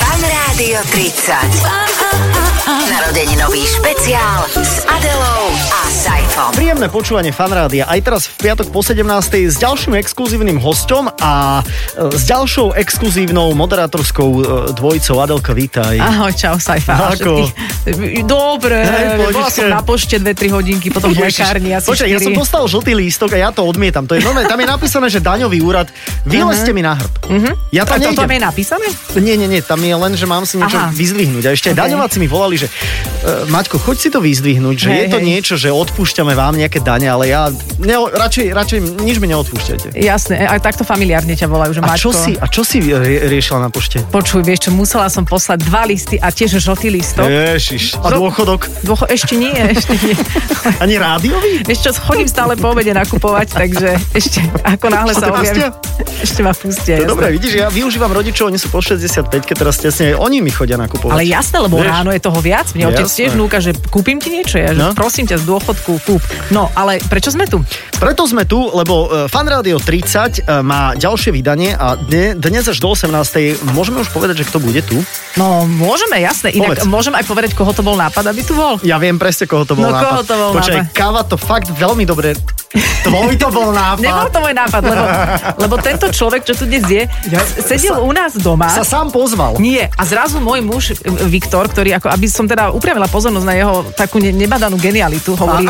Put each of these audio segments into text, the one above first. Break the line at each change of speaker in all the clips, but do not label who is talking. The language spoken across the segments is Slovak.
Rádio 30. Narodeninový špeciál s Adelou a Saifom.
Príjemné počúvanie fanrádia aj teraz v piatok po 17. s ďalším exkluzívnym hostom a e, s ďalšou exkluzívnou moderátorskou e, dvojicou. Adelka, vítaj.
Ahoj, čau, Saifa.
Ako?
Všetkých- Dobre,
Hej, v
bola
pohodičke.
som na pošte 2-3 hodinky, potom
Ježiš,
v lekárni asi
Počkaj, ja som
štyri.
dostal žltý lístok a ja to odmietam. To je normálne, tam je napísané, že daňový úrad, vylezte mi na hrb. Ja
Mhm. A
tam
to tam
nejdem.
je napísané?
Nie, nie, nie, tam je len, že mám si niečo
Aha.
vyzdvihnúť. A ešte okay.
Ok.
daňováci mi volali, že e, Maťko, choď si to vyzdvihnúť, že
Hej,
je to
hej.
niečo, že odpúšťame vám nejaké dane, ale ja ne, radšej, radšej nič mi neodpúšťajte.
Jasné, aj takto familiárne ťa volajú, že
A čo
Maťko.
si, a čo si rie- riešila na pošte?
Počuj, vieš čo, musela som poslať dva listy a tiež žltý listok.
Ježiš. A
Žl-
dôchodok?
Dôcho, ešte nie, ešte nie.
Ani rádiový?
Vieš čo, chodím stále po obede nakupovať, takže ešte ako náhle
Ešte
sa
ťa
objavím. Ešte ma pustia.
To
jasné.
No dobre, vidíš, ja využívam rodičov, oni sú po 65, keď teraz tesne, oni mi chodia nakupovať.
Ale jasné, lebo
Vieš?
Vieš? ráno je toho viac. Mne otec
Jasné.
tiež núka, že kúpim ti niečo. Ja, že
No.
prosím ťa, z dôchodku kúp. No, ale prečo sme tu?
Preto sme tu, lebo e, Fan Rádio 30 e, má ďalšie vydanie a dne, dnes až do 18. môžeme už povedať, že kto bude tu?
No, môžeme, jasné. Inak
Povedz.
môžem aj povedať, koho to bol nápad, aby tu bol.
Ja viem presne, koho to bol
No,
nápad.
koho to bol
Počkaj,
nápad?
káva to fakt veľmi dobre. Tvoj to bol nápad.
Nebol to môj nápad, lebo, lebo tento človek, čo tu dnes je,
Ja-
s- sedel u nás doma.
Sa sám pozval.
Nie, a zrazu môj muž e, Viktor, ktorý, ako aby som teda upravila pozornosť na jeho takú ne- nebadanú genialitu, hovorí,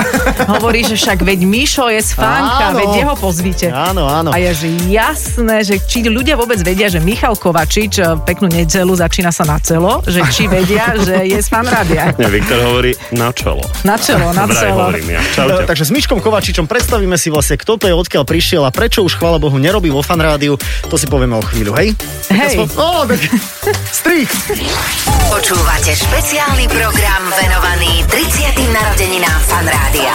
hovorí, že však veď Mišo je z fanka,
Áno.
veď jeho pozvíte.
Áno, áno.
A je, že jasné, že či ľudia vôbec vedia, že Michal Kovačič e, peknú nedelu začína sa na celo, že či vedia, že je z fan rádia.
Nie, Viktor hovorí na čelo.
Na celo, na
Vraj
celo.
hovorím ja. Čaute.
E, Takže s Miškom Kovačičom predstavíme si vlastne, kto to je, odkiaľ prišiel a prečo už, chvála Bohu, nerobí vo fanrádiu. To si povieme o chvíľu, hej?
Hej.
Aspoň- Ó, No, tak... Strich.
Počúvate špeciálny program venovaný 30. narodeninám Fan Rádia.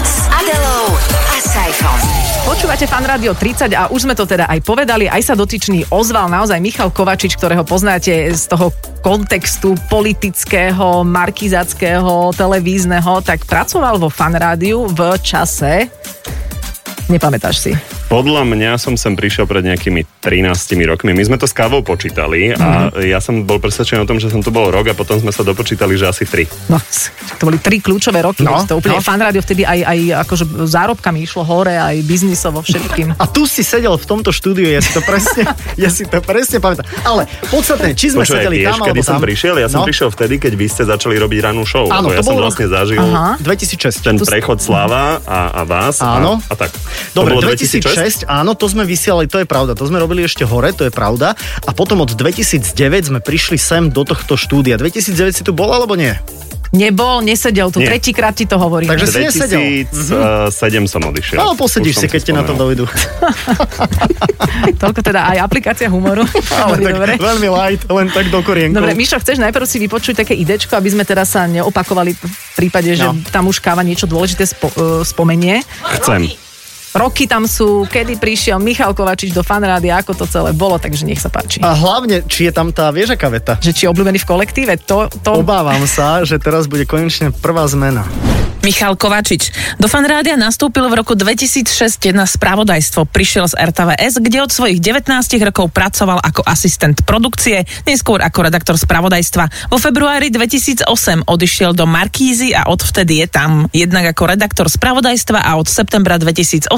S Adelou a Saifom.
Počúvate fan rádio 30 a už sme to teda aj povedali, aj sa dotyčný ozval naozaj Michal Kovačič, ktorého poznáte z toho kontextu politického, markizackého, televízneho, tak pracoval vo fan rádiu v čase Nepamätáš si.
Podľa mňa som sem prišiel pred nejakými 13 rokmi. My sme to s kávou počítali a
Mhm.
ja som bol presvedčený o tom, že som tu bol rok a potom sme sa dopočítali, že asi 3.
No, to boli tri kľúčové roky.
No,
to
no.
úplne no. fan rádio vtedy aj, aj akože zárobkami išlo hore, aj biznisovo všetkým.
A tu si sedel v tomto štúdiu, ja si to presne, ja si to presne pamätám. Ale podstatné, či sme
Počúvaj,
sedeli
vieš,
tam alebo
kedy
tam.
som prišiel? Ja som
No.
prišiel vtedy, keď vy ste začali robiť ranú show.
Áno, to
lebo ja som
bol rok.
vlastne zažil
Aha.
2006.
ten
Tu s-
prechod Slava a, a vás.
Áno.
A, a tak.
Dobre,
to bolo 2006.
2006, áno, to sme vysielali, to je pravda, to sme robili ešte hore, to je pravda. A potom od 2009 sme prišli sem do tohto štúdia. 2009 si tu bol alebo nie?
Nebol, nesedel tu,
Nie.
tretíkrát ti to hovorím.
Takže- Že si nesedel.
2007 som odišiel.
No,
Už
posedíš
som
si, keď ti na to
spomenul.
dojdu.
Toľko teda aj aplikácia humoru.
Ale
Veľmi
tak
dobre.
veľmi light, len tak do korienkov.
Dobre, Mišo, chceš najprv si vypočuť také idečko, aby sme teraz sa neopakovali v prípade, že
No.
tam už káva niečo dôležité spo, uh, spomenie.
Chcem.
Roky tam sú, kedy prišiel Michal Kovačič do fanrády, ako to celé bolo, takže nech sa páči.
A hlavne, či je tam tá, vieš aká veta?
Že či je obľúbený v kolektíve, to... to...
Obávam sa, že teraz bude konečne prvá zmena.
Michal Kovačič. Do fanrádia nastúpil v roku 2006 na spravodajstvo. Prišiel z RTVS, kde od svojich 19 rokov pracoval ako asistent produkcie, neskôr ako redaktor spravodajstva. Vo februári 2008 odišiel do Markízy a odvtedy je tam. Jednak ako redaktor spravodajstva a od septembra 2018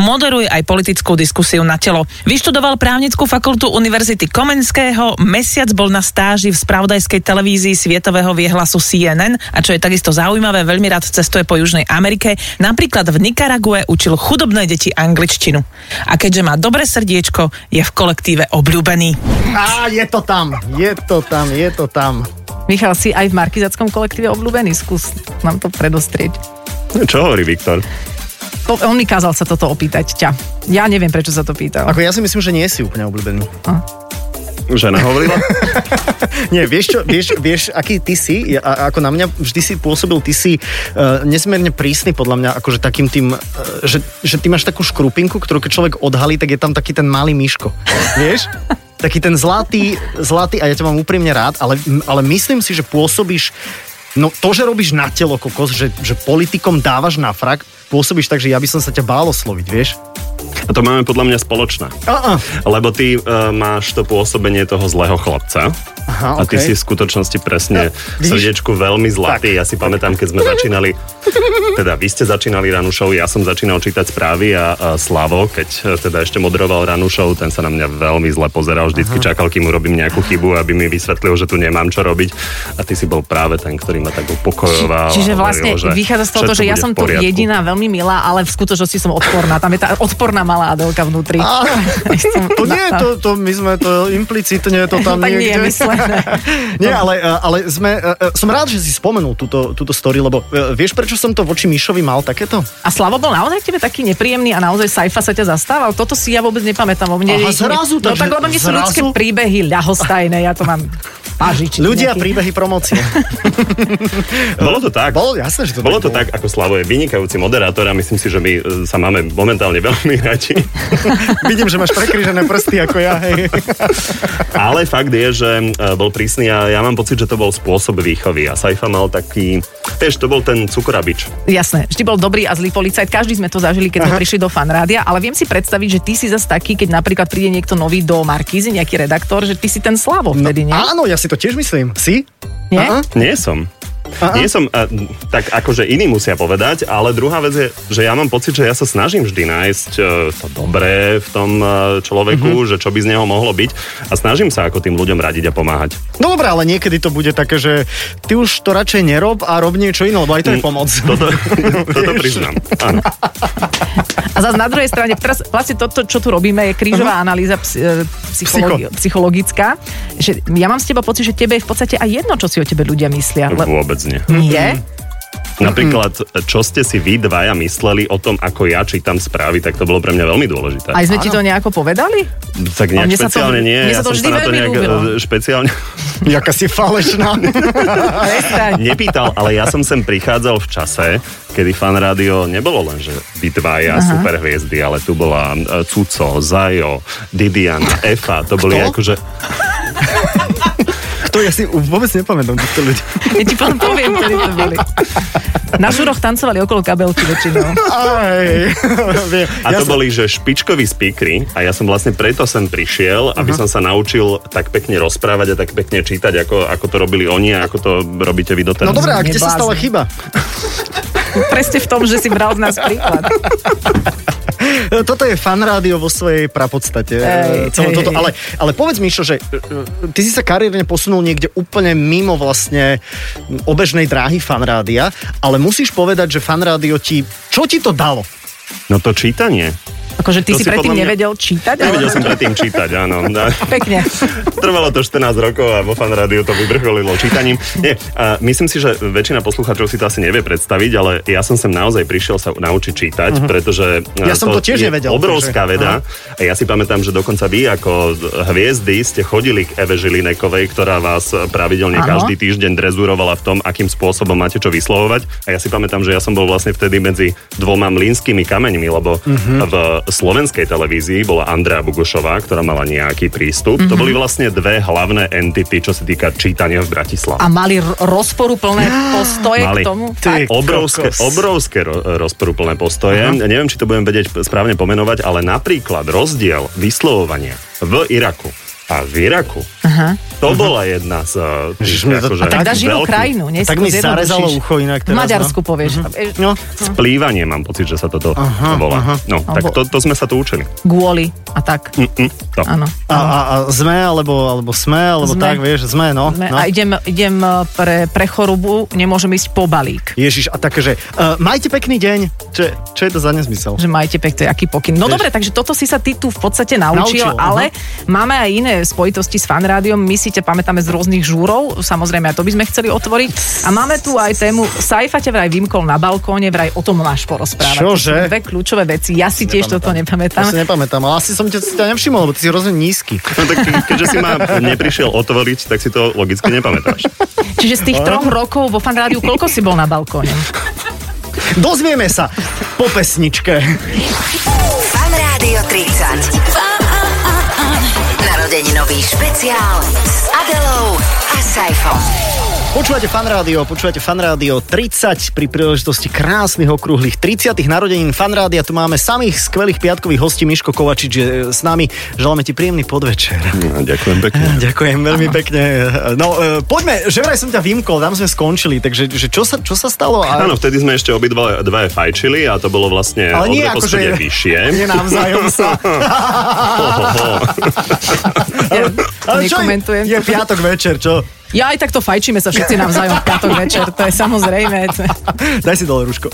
moderuje aj politickú diskusiu na telo. Vyštudoval právnickú fakultu Univerzity Komenského, mesiac bol na stáži v spravodajskej televízii svietového viehlasu CNN a čo je takisto zaujímavé, veľmi rád cestuje po Južnej Amerike. Napríklad v Nikarague učil chudobné deti angličtinu. A keďže má dobré srdiečko, je v kolektíve obľúbený.
Á, je to tam, je to tam, je to tam.
Michal, si aj v markizackom kolektíve obľúbený, skús nám to predostrieť.
Čo hovorí Viktor?
Po, on mi kázal sa toto opýtať ťa. Ja neviem, prečo sa to pýtal.
Ako ja si myslím, že nie si úplne obľúbený.
Žena hovorila?
Nie, vieš čo, vieš, vieš aký ty si, ja, a, ako na mňa vždy si pôsobil, ty si uh, nesmierne prísny podľa mňa, akože takým tým, uh, že, že ty máš takú škrupinku, ktorú keď človek odhalí, tak je tam taký ten malý myško, vieš? Taký ten zlatý, zlatý, a ja ťa mám úprimne rád, ale, ale myslím si, že pôsobíš, no to, že robíš na telo kokos, že, že politikom dávaš na frak, pôsobíš tak, že ja by som sa ťa bál osloviť, vieš?
A to máme podľa mňa spoločné.
Á, á.
Lebo ty uh, máš to pôsobenie toho zlého chlapca.
Aha,
A ty
okej.
si v skutočnosti
Ja,
No,
presne v
vidíš?
srdiečku veľmi zlatý.
Tak.
Ja si pamätám, keď sme začínali, teda vy ste začínali Ranušov, ja som začínal čítať správy a, a Slavo, keď e, teda ešte moderoval Ranušov, ten sa na mňa veľmi zle pozeral, vždycky čakal, kým urobím nejakú chybu, aby mi vysvetlil, že tu nemám čo robiť. A ty si bol práve ten, ktorý ma tak upokojoval.
Čiže
a
vlastne
hovoril, že
vychádza z toho,
všetko
že ja
bude
som
v
tu
poriadku.
jediná, veľmi milá, ale v skutočnosti som odporná. Tam je tá odporná malá Adelka vnútri.
Á,
Som
To nie,
na-
to, to my sme to implicitne, to tam
Tak nie
niekde.
je myslené.
nie, ale, e, ale sme, som rád, že si spomenul túto, túto story, lebo e, vieš, prečo som to voči Mišovi mal takéto?
A Slavo bol naozaj k tebe taký nepríjemný a naozaj Saifa sa ťa zastával? Toto si ja vôbec nepamätám. Vo mne
Aha,
ich-
zrazu,
No
takže
tak lebo mne sú
zrazu?
ľudské príbehy ľahostajné, ja to mám pažič.
Ľudia, príbehy, promócie.
Bolo to tak.
Bolo, jasné, že to
Bolo
tak
to
bolo.
tak, ako Slavo je vynikajúci moderátor a myslím si, že my e, sa máme momentálne veľmi radi.
Vidím, že máš prekrížené prsty ako ja, hej.
Ale fakt je, že e, bol prísny a ja mám pocit, že to bol spôsob výchovy. A Saifa mal taký... Vieš, to bol ten cukrabič.
Jasné, vždy bol dobrý a zlý policajt, každý sme to zažili, keď sme prišli do fanrádia, ale viem si predstaviť, že ty si zase taký, keď napríklad príde niekto nový do Markízy, nejaký redaktor, že ty si ten
No,
Slavo vtedy, nie?
Áno, ja si to tiež myslím. Si?
Nie?
Á, á.
Nie som.
Aha.
Nie som, a, tak akože iní musia povedať, ale druhá vec je, že ja mám pocit, že ja sa snažím vždy nájsť e, to dobré v tom e,
Mhm.
človeku, že čo by z neho mohlo byť a snažím sa ako tým ľuďom radiť a pomáhať.
No dobré, ale niekedy to bude také, že ty už to radšej nerob a rob niečo iné, lebo aj to
Mm,
je pomoc.
Toto, toto priznám. Áno.
A zase na druhej strane, teraz vlastne toto, čo tu robíme, je krížová analýza ps- e, psychologi- psychologická. Že ja mám s teba pocit, že tebe je v podstate aj jedno, čo si o tebe ľudia myslia. Le-
Vôbec nie.
Hm,
nie?
Napríklad, čo ste si vy dvaja mysleli o tom, ako ja čítam správy, tak to bolo pre mňa veľmi dôležité.
Aj sme ti to nejako povedali?
tak
a
nejak
mne sa to-
špeciálne nie,
mne
ja
sa to
som
vždy
sa na to
veľmi
nejak
ľúbilo.
e, špeciálne
Jaká si falešná.
Prestaň.
nepýtal, ale ja som sem prichádzal v čase, kedy fan rádio nebolo len, že vy dvaja Aha. superhviezdy, ale tu bola e, Cuco, Zajo, Didiana, Efa, to boli
Kto?
akože...
Kto ja si vôbec nepamätám týchto ľudí.
Ja ti potom poviem, kedy to boli. Na šuroch tancovali okolo kabelky väčšinou.
Aj, viem.
A
ja
to boli, že špičkoví speakery a ja som vlastne preto sem prišiel, aby som sa naučil tak pekne rozprávať a tak pekne čítať, ako, ako to robili oni a ako to robíte vy
No
doteraz.
dobré, a kde sa
Neblázni.
stala chyba?
Presne v tom, že si bral z nás príklad.
E, Toto je fan rádio vo svojej prapodstate.
Ej,
Ej, celé
ej,
toto.
ej.
Ale, ale povedz mi, že e, e, ty si sa kariérne posunul niekde úplne mimo vlastne obežnej dráhy fan rádia, ale musíš povedať, že fan rádio ti... Čo ti to dalo?
No to čítanie.
Akože ty
To
si
si
predtým
podľa mňa-
nevedel čítať,
Nevedel
ale...
som predtým čítať, áno. No.
Pekne.
Trvalo to 14 rokov a vo fan rádiu to vyvrcholilo čítaním. Nie, a myslím si, že väčšina poslucháčov si to asi nevie predstaviť, ale ja som sem naozaj prišiel sa naučiť čítať, uh-huh. pretože
Mhm. Ja
e,
som to tiež
je
nevedel,
obrovská
takže-
veda. A ja si pamätám, že dokonca vy ako hviezdy ste chodili k Eve Žilinekovej, ktorá vás pravidelne
Áno.
každý týždeň drezurovala v tom, akým spôsobom máte čo vyslovovať. A ja si pamätám, že ja som bol vlastne vtedy medzi dvoma mlínskymi kameňmi, lebo
Mhm.
mm-hmm. v slovenskej televízii bola Andrea Bugošová, ktorá mala nejaký prístup.
Mhm.
Mm-hmm. To boli vlastne dve hlavné entity, čo sa týka čítania v Bratislave.
A mali r- rozporuplné postoje
Mali.
k tomu.
Ty
Obrovské,
kokos.
obrovské ro- rozporúplné postoje. Aha. Neviem, či to budem vedieť p- správne pomenovať, ale napríklad rozdiel vyslovovania v Iraku a v Iraku. Aha. To Aha. bola jedna z... eh, tých,
Ježiš, mne Mhm. to-
akože,
A tak dáš inú
veľkých-
krajinu, nie?
Tak
Si to
mi
zjednodušíš.
zarezalo ucho inak
V
teraz,
Maďarsku povieš. No.
No,
Splývanie mám pocit, že sa toto aha, volá. Aha. No, tak
Alebo-
to, to sme sa tu učili.
Kvôli a tak.
No.
Mm, mm, to.
Áno.
a, a, a sme, alebo, alebo sme, alebo
No. Sme.
tak, vieš, sme, no.
Sme-
no.
A idem, idem e, pre, pre chorobu, nemôžem ísť po balík.
Ježiš, a také, že uh, majte pekný deň. Čo, je- čo je to za nezmysel?
Že majte pekne, aký pokyn. No
Vieš.
dobre, takže toto si sa ty tu v podstate naučil,
Naučil,
naučil ale máme aj iné spojitosti s fanrádiom. My si ťa pamätáme z rôznych žúrov, samozrejme aj to by sme chceli otvoriť. A máme tu aj tému Saifa ťa vraj vymkol na balkóne, vraj o tom máš porozprávať. To sú
Čože?
Dve kľúčové veci. Ja si tiež
To
toto
si
nepamätám.
nepamätám, ale asi som ťa, si ťa nevšimol, lebo ty si hrozne nízky.
No, tak keďže si ma neprišiel otvoriť, tak si to logicky nepamätáš.
Čiže z tých troch rokov vo fanrádiu, koľko si bol na balkóne?
Dozvieme sa po pesničke.
Fan Rádio 30. Narodeninový špeciál s Adelou a Saifom.
Počúvate fan rádio, počúvate fan rádio 30 pri príležitosti krásnych okrúhlych 30. narodenín fan rádia. Tu máme samých skvelých piatkových hostí. Miško Kovačič je s nami. Želáme ti príjemný podvečer.
No, ďakujem pekne.
Ďakujem veľmi ano. pekne. No e, poďme, že vraj som ťa vymkol, tam sme skončili, takže že čo, sa, čo sa stalo? A...
Áno, vtedy sme ešte obidva dvaja fajčili a to bolo vlastne
Ale
o
nie
dve
ako,
poschodie
že-
vyššie.
Nie no. navzájom sa.
Ho, ho, ho.
Ja
Ale čo je-
nekomentujem.
Je piatok večer, čo?
Ja aj takto fajčíme sa všetci navzájom v piatok večer, to je samozrejme. To je-
Daj si dole rúško.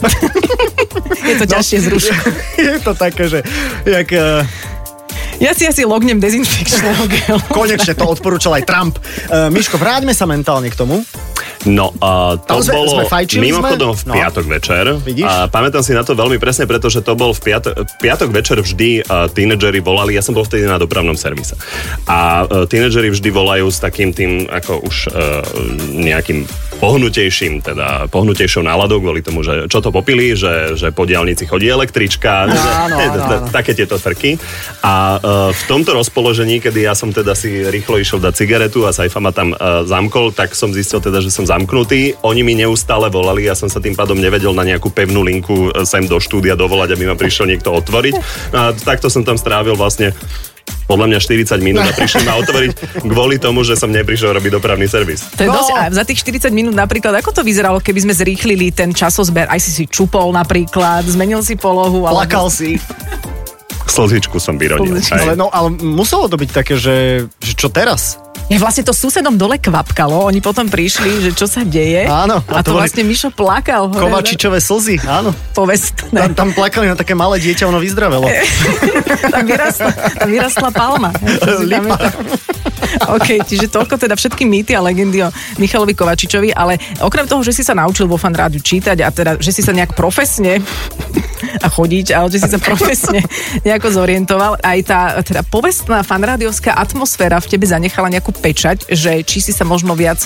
Je
No.
to ťažšie zrušiť.
je to také, že jak, e,
Ja si asi lognem dezinfekčného gelu.
konečne to odporúčal aj Trump. E, Miško, vráťme sa mentálne k tomu.
No a
Tam
to
sme-
bolo
sme fajčili
mimochodom
sme?
v
No.
piatok večer.
Vidíš?
A pamätám si na to veľmi presne, pretože to bol v piatok, piatok večer vždy uh, tínedžeri volali, ja som bol vtedy na dopravnom servise. A uh, tínedžeri vždy volajú s takým tým, ako už uh, nejakým pohnutejším, teda pohnutejšou náladou kvôli tomu, že čo to popili, že, že po diálnici chodí električka, že,
áno, áno, áno.
také tieto frky. A e, v tomto rozpoložení, kedy ja som teda si rýchlo išiel dať cigaretu a Saifa ma tam e, zamkol, tak som zistil teda, že som zamknutý. Oni mi neustále volali, ja som sa tým pádom nevedel na nejakú pevnú linku e, sem do štúdia dovolať, aby ma prišiel niekto otvoriť. No A takto som tam strávil vlastne podľa mňa 40 minút a prišli ma otvoriť kvôli tomu, že som neprišiel robiť dopravný servis.
To je
No.
dosť, a za tých 40 minút napríklad, ako to vyzeralo, keby sme zrýchlili ten časozber, aj si si čupol napríklad, zmenil si polohu. alebo-
Plakal si.
Slzičku som vyrodil.
Slzičku.
Ale,
hej.
no, ale muselo to byť také, že, že čo teraz?
Ja vlastne to susedom dole kvapkalo, oni potom prišli, že čo sa deje.
Áno, a
A,
to
to
boli-
vlastne Mišo plakal. hore,
Kovačičové slzy, áno. Tam,
Povestné.
tam plakali na také malé dieťa, ono vyzdravelo.
tam, vyrastla, tam vyrastla palma. To si
Lipa.
pamätám. OK, čiže toľko teda všetky mýty a legendy o Michalovi Kovačičovi, ale okrem toho, že si sa naučil vo fan rádiu čítať a teda, že si sa nejak profesne a chodiť, ale že si sa profesne nejako zorientoval, aj tá teda povestná fanrádiovská atmosféra v tebe zanechala nejakú pečať, že či si sa možno viac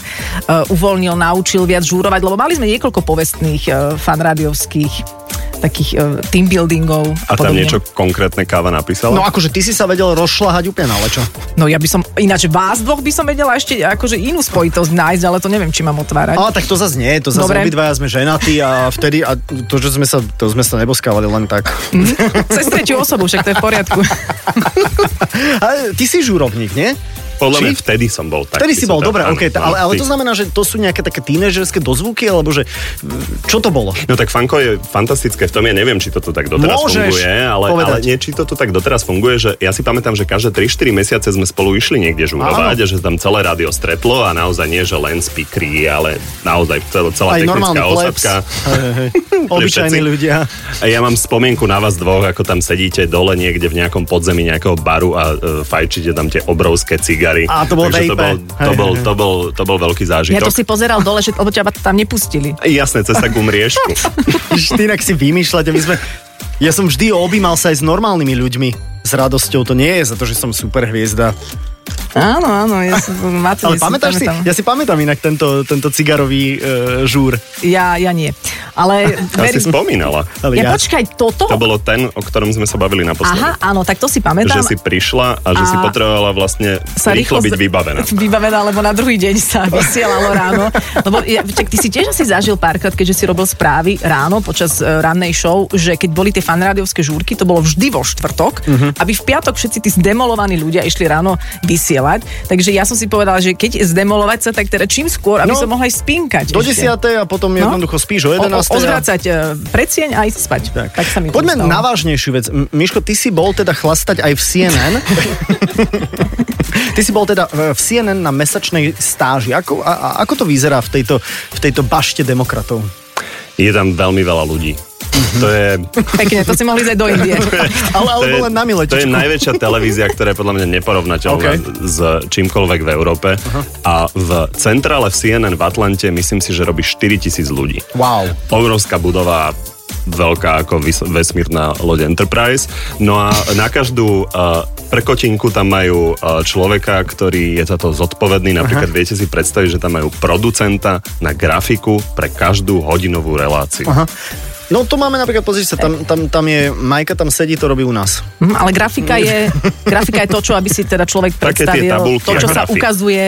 uh, uvoľnil, naučil viac žúrovať, lebo mali sme niekoľko povestných uh, fanrádiovských takých uh, team buildingov a,
A tam
podobne.
niečo konkrétne káva napísala?
No akože ty si sa vedel rozšľahať úplne, ale čo?
No ja by som, ináč vás dvoch by som vedela ešte akože inú spojitosť nájsť, ale to neviem, či mám otvárať.
Ale tak to zase nie, to zase
Dobre.
obidvaja sme ženatí a vtedy, a to, že sme sa, to sme sa neboskávali len tak.
Cez tretiu osobu, však to je v poriadku.
Ale ty si žúrovník, nie?
Podľa
Či?
mňa vtedy som bol tak.
Vtedy si bol, dobre, okay,
okej,
t- ale, ale to znamená, že to sú nejaké také tínežerské dozvuky, alebo že čo to bolo?
No tak fanko je fantastické v tom, ja neviem, či to tu tak doteraz
Môžeš
funguje, ale,
povedať.
ale nie, či to tu tak doteraz funguje, že ja si pamätám, že každé 3-4 mesiace sme spolu išli niekde žurovať
Áno.
a že tam celé rádio stretlo a naozaj nie, že len speakery, ale naozaj cel,
Aj
celá
normálny
technická
plebs,
osadka.
hej, hej, obyčajní
Všetci.
ľudia.
A ja mám spomienku na vás dvoch, ako tam sedíte dole niekde v nejakom podzemí nejakého baru a e, fajčíte tam tie obrovské cigary.
A to bol
Takže to
vape.
bol, to,
Hej, hej,
bol,
hej.
to, bol, to bol veľký zážitok.
Ja to si pozeral dole, že, lebo ťa tam nepustili.
Jasné, cez takú mriežku.
Štynak si vymýšľate, my sme... Ja som vždy objímal sa aj s normálnymi ľuďmi. S radosťou to nie je za to, že som super hviezda.
Áno, áno, ja som, máte,
Ale pamätáš si? Ja si pamätám inak tento, tento cigarový e, žúr.
Ja, ja nie. Ale
Ja si
verím.
spomínala.
Ale
Ja počkaj, toto?
To bolo ten, o ktorom sme sa bavili naposledy.
Aha, áno, tak to si
Že
pamätám.
si prišla a že si
A-
potrebovala vlastne
sa
rýchlo
rýchlo
byť
z-
vybavená.
Vybavená, lebo na druhý deň sa vysielalo ráno. Lebo ja, čak, ty si tiež asi zažil párkrát, keďže si robil správy ráno počas e, rannej show, že keď boli tie fanrádiovské žúrky, to bolo vždy vo štvrtok,
Mhm.
aby v piatok všetci tí zdemolovaní ľudia išli ráno vysielať. Takže ja som si povedala, že keď zdemolovať sa, tak teda čím skôr, aby
No,
som mohla aj spinkať.
Do
ešte. No?
10. a potom jednoducho spíš No. o 11.
O, o,
a-
ozvracať e, predsieň a ísť spať. Tak, tak sa mi to
Poďme
stalo.
na vážnejšiu vec. M- Miško, ty si bol teda chlastať aj v CNN. ty si bol teda v v CNN na mesačnej stáži. Ako, a, a, ako to vyzerá v tejto, v tejto bašte demokratov?
Je tam veľmi veľa ľudí. To je,
Pekne, to si mohli ísť aj do Indie.
Ale,
to, je,
alebo len na
to je
miletičku.
najväčšia televízia, ktorá je podľa mňa neporovnateľná
Okay.
s čímkoľvek v Európe. A v centrále v CNN v Atlante myslím si, že robí 4000 ľudí.
Wow.
obrovská budova veľká ako vys- vesmírna loď Enterprise. No a na každú uh, prkotinku tam majú uh, človeka, ktorý je za to zodpovedný. Napríklad Aha. viete si predstaviť, že tam majú producenta na grafiku pre každú hodinovú reláciu. Aha.
Aha. No to máme napríklad, pozri sa, tam, tam, tam je, Majka tam sedí, to robí u nás.
Hm, ale grafika je, grafika je to, čo aby si teda človek
Také tie
predstavil,
tabulky
to,
a
čo sa
grafy.
ukazuje,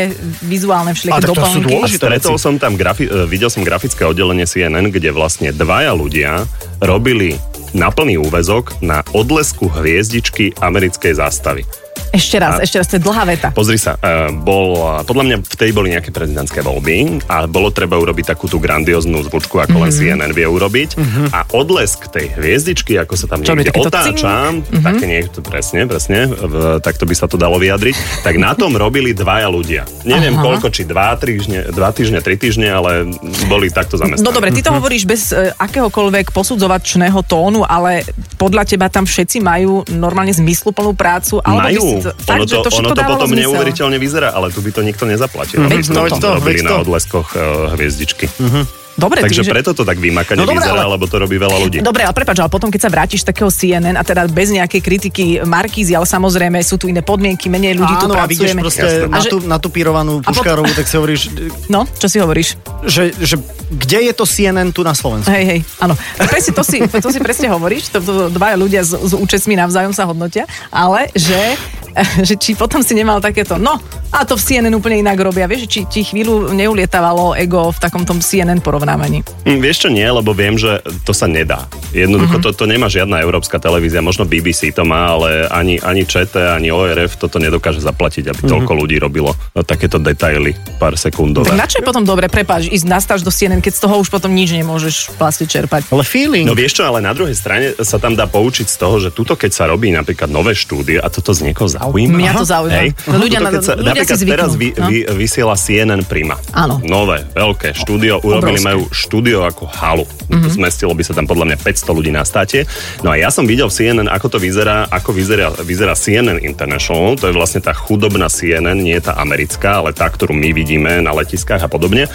A
vizuálne všelijaké
tak to sú
doplnky.
dôležité.
A stretol
veci.
som tam, grafi- e, videl som grafické oddelenie CNN, kde vlastne dvaja ľudia robili na plný úvezok na odlesku hviezdičky americkej zástavy.
Ešte raz, ešte raz, to je dlhá veta.
Pozri sa, e, bol, podľa mňa v tej boli nejaké prezidentské voľby a bolo treba urobiť takú tú grandióznu zvučku, ako
Mhm.
len CNN vie urobiť. A odlesk tej hviezdičky, ako sa tam
Čo robí
niekde
takéto
otáča,
Mhm.
také niekto, presne, presne, v, takto by sa to dalo vyjadriť, tak na tom robili dvaja ľudia. Neviem
Aha.
koľko, či dva týždne, dva týždne, tri týždne, ale boli takto zamestnaní.
No dobre, ty to hovoríš bez e, akéhokoľvek posudzovačného tónu, ale podľa teba tam všetci majú normálne zmysluplnú prácu? Alebo by
Majú.
si to, fakt,
ono
že
to,
to všetko
ono to
dávalo
potom
zmysel?
neuveriteľne vyzerá, ale tu by to nikto nezaplatil.
Mhm.
aby
Veď
to
to, veď to,
robili
veď
na
to.
odleskoch eh, hviezdičky.
Mhm. Dobre,
Takže
ty, že-
preto to tak vymakane
No
no,
dobre, ale-
vyzerá,
No-
lebo to robí veľa ľudí.
Dobre, ale prepáč, ale potom keď sa vrátiš z takého CNN a teda bez nejakej kritiky Markízy, ale samozrejme sú tu iné podmienky, menej ľudí tu
Áno, a vidíš
pracujeme.
proste
Jasné.
A
na
že-
tú, natupírovanú
pot-
puškárovú, tak si hovoríš,
No, čo si hovoríš?
že, že kde je to CNN tu na Slovensku?
Hej, hej, áno. Presne to si, to si presne hovoríš, to, to, dvaja ľudia s, s účestmi navzájom sa hodnotia, ale že, že či potom si nemal takéto, no, a to v CNN úplne inak robia, vieš, že či ti chvíľu neulietávalo ego v takom tom CNN porovnávaní.
Mm, Vieš čo nie, lebo viem, že to sa nedá.
Mhm.
Jednoducho mm-hmm. to, to nemá žiadna európska televízia, možno BBC to má, ale ani, ani ČT, ani ORF toto nedokáže zaplatiť,
Mhm.
aby toľko ľudí robilo e, takéto detaily pár sekundové.
Tak na čo je potom dobre, prepáč, ísť na stáž do CNN, keď z toho už potom nič nemôžeš vlastne čerpať?
Ale feeling.
No vieš čo, ale na druhej strane sa tam dá poučiť z toho, že tuto keď sa robí napríklad nové štúdie a toto z niekoho zaujíma.
Mňa to zaujíma. No ľudia
Tuto, keď
na- ľudia si
napríklad
zvyknú,
teraz vy,
no.
vy, vysiela CNN Prima.
Áno.
Nové, veľké štúdio, urobili
obrovské. Mhm.
majú štúdio ako halu. Mm-hmm. Zmestilo by sa tam podľa mňa 500 ľudí na státe. No a ja som videl v CNN, ako to vyzerá, ako vyzerá, vyzerá CNN International, to je vlastne tá chudobná CNN, nie tá americká, ale tá, ktorú my vidíme na letiskách a podobne.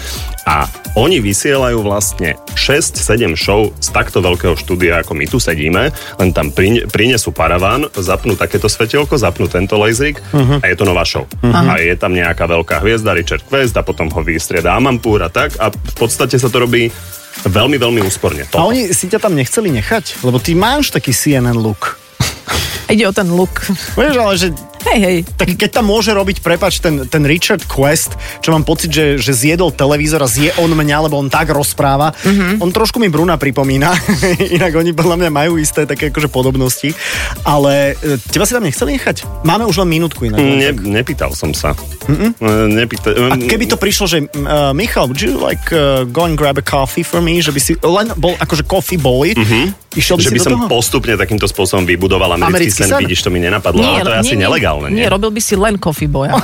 A oni vysielajú vlastne 6-7 show z takto veľkého štúdia, ako my tu sedíme, len tam prin- prinesú paraván, zapnú takéto svetelko, zapnú tento laserik
Mhm.
uh-huh. a je to nová show. Uh-huh. A je tam nejaká veľká hviezda, Richard Quest a potom ho vystrieda Amampur a tak a v podstate sa to robí veľmi, veľmi úsporne.
A
To.
oni si ťa tam nechceli nechať, lebo ty máš taký CNN look.
Ide o ten look.
Vieš, ale že
Hej, hej.
tak keď tam môže robiť, prepač, ten, ten Richard Quest, čo mám pocit, že, že zjedol televízor a zje on mňa, lebo on tak rozpráva.
Mhm.
Mm-hmm. On trošku mi Bruna pripomína, inak oni podľa mňa majú isté také akože podobnosti, ale e, teba si tam nechceli nechať? Máme už len minútku inak. len
Mm, Ne,
tak.
nepýtal som sa. E, Nepýta-
Mhm. A keby to prišlo, že uh, Michal, would you like uh, go and grab a coffee for me? Že by si len bol akože coffee boy, mm-hmm. išiel by
Mhm. že
si
by
do
som
toho?
postupne takýmto spôsobom vybudoval americký,
Americký
sen,
sen?
vidíš, to mi nenapadlo, ale No, to je asi nelegálne, nie?
nie? robil by si len coffee boja.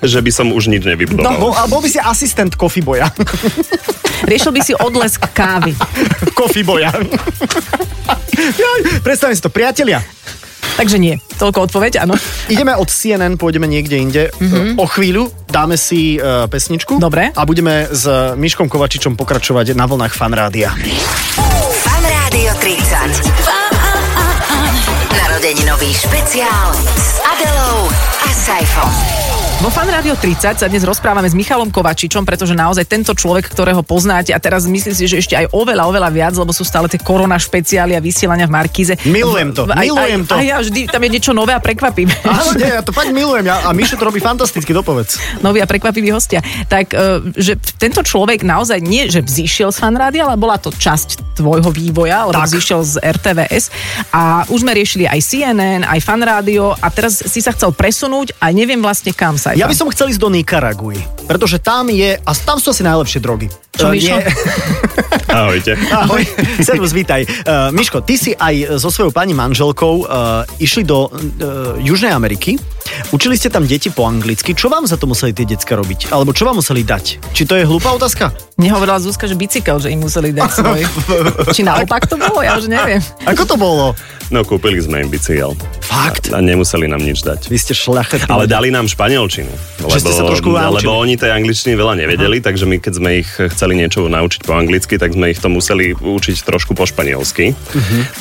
Že by som už nič nevybudoval.
Bol, No, a bol by si asistent coffee boja.
Riešil by si odlesk kávy.
coffee boja. Jaj, Predstavím si to, priatelia.
Takže nie. Toľko odpoveď, áno.
Ideme od CNN, pôjdeme niekde inde. Mm-hmm. O chvíľu dáme si uh, pesničku.
Mhm. Dobre.
A budeme s Miškom Kovačičom pokračovať na vlnách fanrádia.
Fan Rádio 30. Narodeninový špeciál s Adelou a Saifom.
Vo Fan Radio 30 sa dnes rozprávame s Michalom Kovačičom, pretože naozaj tento človek, ktorého poznáte a teraz myslím si, že ešte aj oveľa, oveľa viac, lebo sú stále tie korona špeciály a vysielania v Markíze.
Milujem to,
V- aj-
milujem
aj,
to.
A ja vždy, tam je niečo nové a prekvapivé.
Áno, nie, ja to fakt milujem. Ja, a Mišo to robí fantasticky, dopovedz.
noví a prekvapiví hostia. Tak, eh, že tento človek naozaj nie, že vzýšiel z fanrádia, ale bola to časť tvojho vývoja, lebo
Tak.
vzýšiel z RTVS. A už sme riešili aj CNN, aj fanrádio a teraz si sa chcel presunúť a neviem vlastne kam sa.
Ja by som chcel ísť do Nikaraguji, pretože tam je, a tam sú asi najlepšie drogy.
Čo,
Eh,
Mišo?
nie-
Ahojte.
Ahoj, servus, vítaj. Uh, Miško, ty si aj so svojou pani manželkou uh, išli do uh, Južnej Ameriky, učili ste tam deti po anglicky. Čo vám za to museli tie decka robiť? Alebo čo vám museli dať? Či to je hlúpa otázka?
Nehovorila Zuzka, že bicykel, že im museli dať svoj. Či naopak to bolo, ja už neviem.
Ako to bolo?
No kúpili sme im bicykel.
Fakt?
A, a nemuseli nám nič dať.
Vy ste šľachetní.
Ale dali nám španielčinu.
Že ste sa trošku naučili.
lebo oni tej angličtiny veľa nevedeli, Aha. takže my keď sme ich chceli chceli niečo naučiť po anglicky, tak sme ich to museli učiť trošku po španielsky.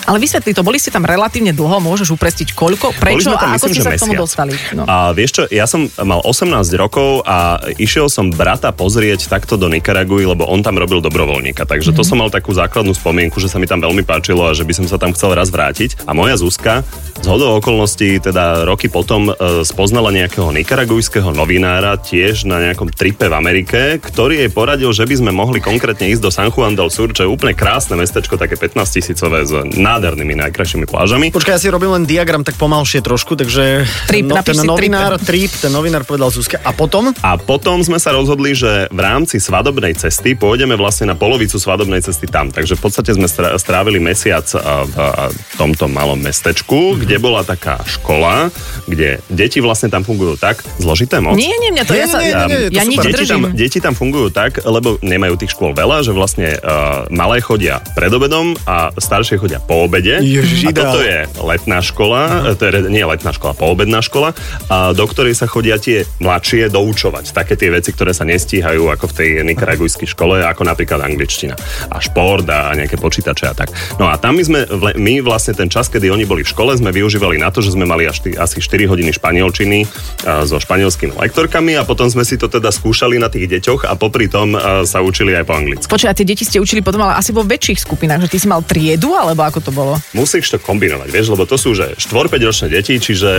Ale vysvetli to, boli ste tam relatívne dlho, môžeš uprestiť koľko,
Boli
prečo
sme tam,
a ako
myslím,
ste
že
sa k tomu
mesiac.
dostali? No.
A vieš čo, ja som mal 18 rokov a išiel som brata pozrieť takto do Nikaraguji, lebo on tam robil dobrovoľníka. Takže
Mhm.
to som mal takú základnú spomienku, že sa mi tam veľmi páčilo a že by som sa tam chcel raz vrátiť. A moja Zuzka z hodou okolností, teda roky potom, e, spoznala nejakého nikaragujského novinára tiež na nejakom tripe v Amerike, ktorý jej poradil, že by sme mohli konkrétne ísť do San Juan del Sur, čo je úplne krásne mestečko, také 15 tisícové s nádhernými najkrajšími plážami.
Počkaj, ja si robím len diagram tak pomalšie trošku, takže no,
Trip,
ten
napíš si
novinár, trip. ten novinár povedal Zuzke. A potom?
A potom sme sa rozhodli, že v rámci svadobnej cesty pôjdeme vlastne na polovicu svadobnej cesty tam. Takže v podstate sme stra- strávili mesiac a, v a, tomto malom mestečku, kde bola taká škola, kde deti vlastne tam fungujú tak, zložité moc.
Nie, nie, mňa to,
Nie,
ja sa,
nie, nie, nie, je to
ja
super.
nič
Deti
držím.
tam, deti tam fungujú tak, lebo nemajú tých škôl veľa, že vlastne uh, malé chodia pred obedom a staršie chodia po obede.
Ježiš,
a toto
ideál.
je letná škola, uh teda nie letná škola, poobedná škola, a do ktorej sa chodia tie mladšie doučovať. Také tie veci, ktoré sa nestíhajú ako v tej nikaragujskej škole, ako napríklad angličtina a šport a nejaké počítače a tak. No a tam my sme, vle- my vlastne ten čas, kedy oni boli v škole, sme využívali na to, že sme mali až tý, asi 4 hodiny španielčiny a, so španielskými lektorkami a potom sme si to teda skúšali na tých deťoch a popri tom a, sa učili aj po anglicky.
Počuj, a tie deti ste učili potom, ale asi vo väčších skupinách, že ty si mal triedu, alebo ako to bolo?
Musíš to kombinovať, vieš, lebo to sú že 4-5 ročné deti, čiže...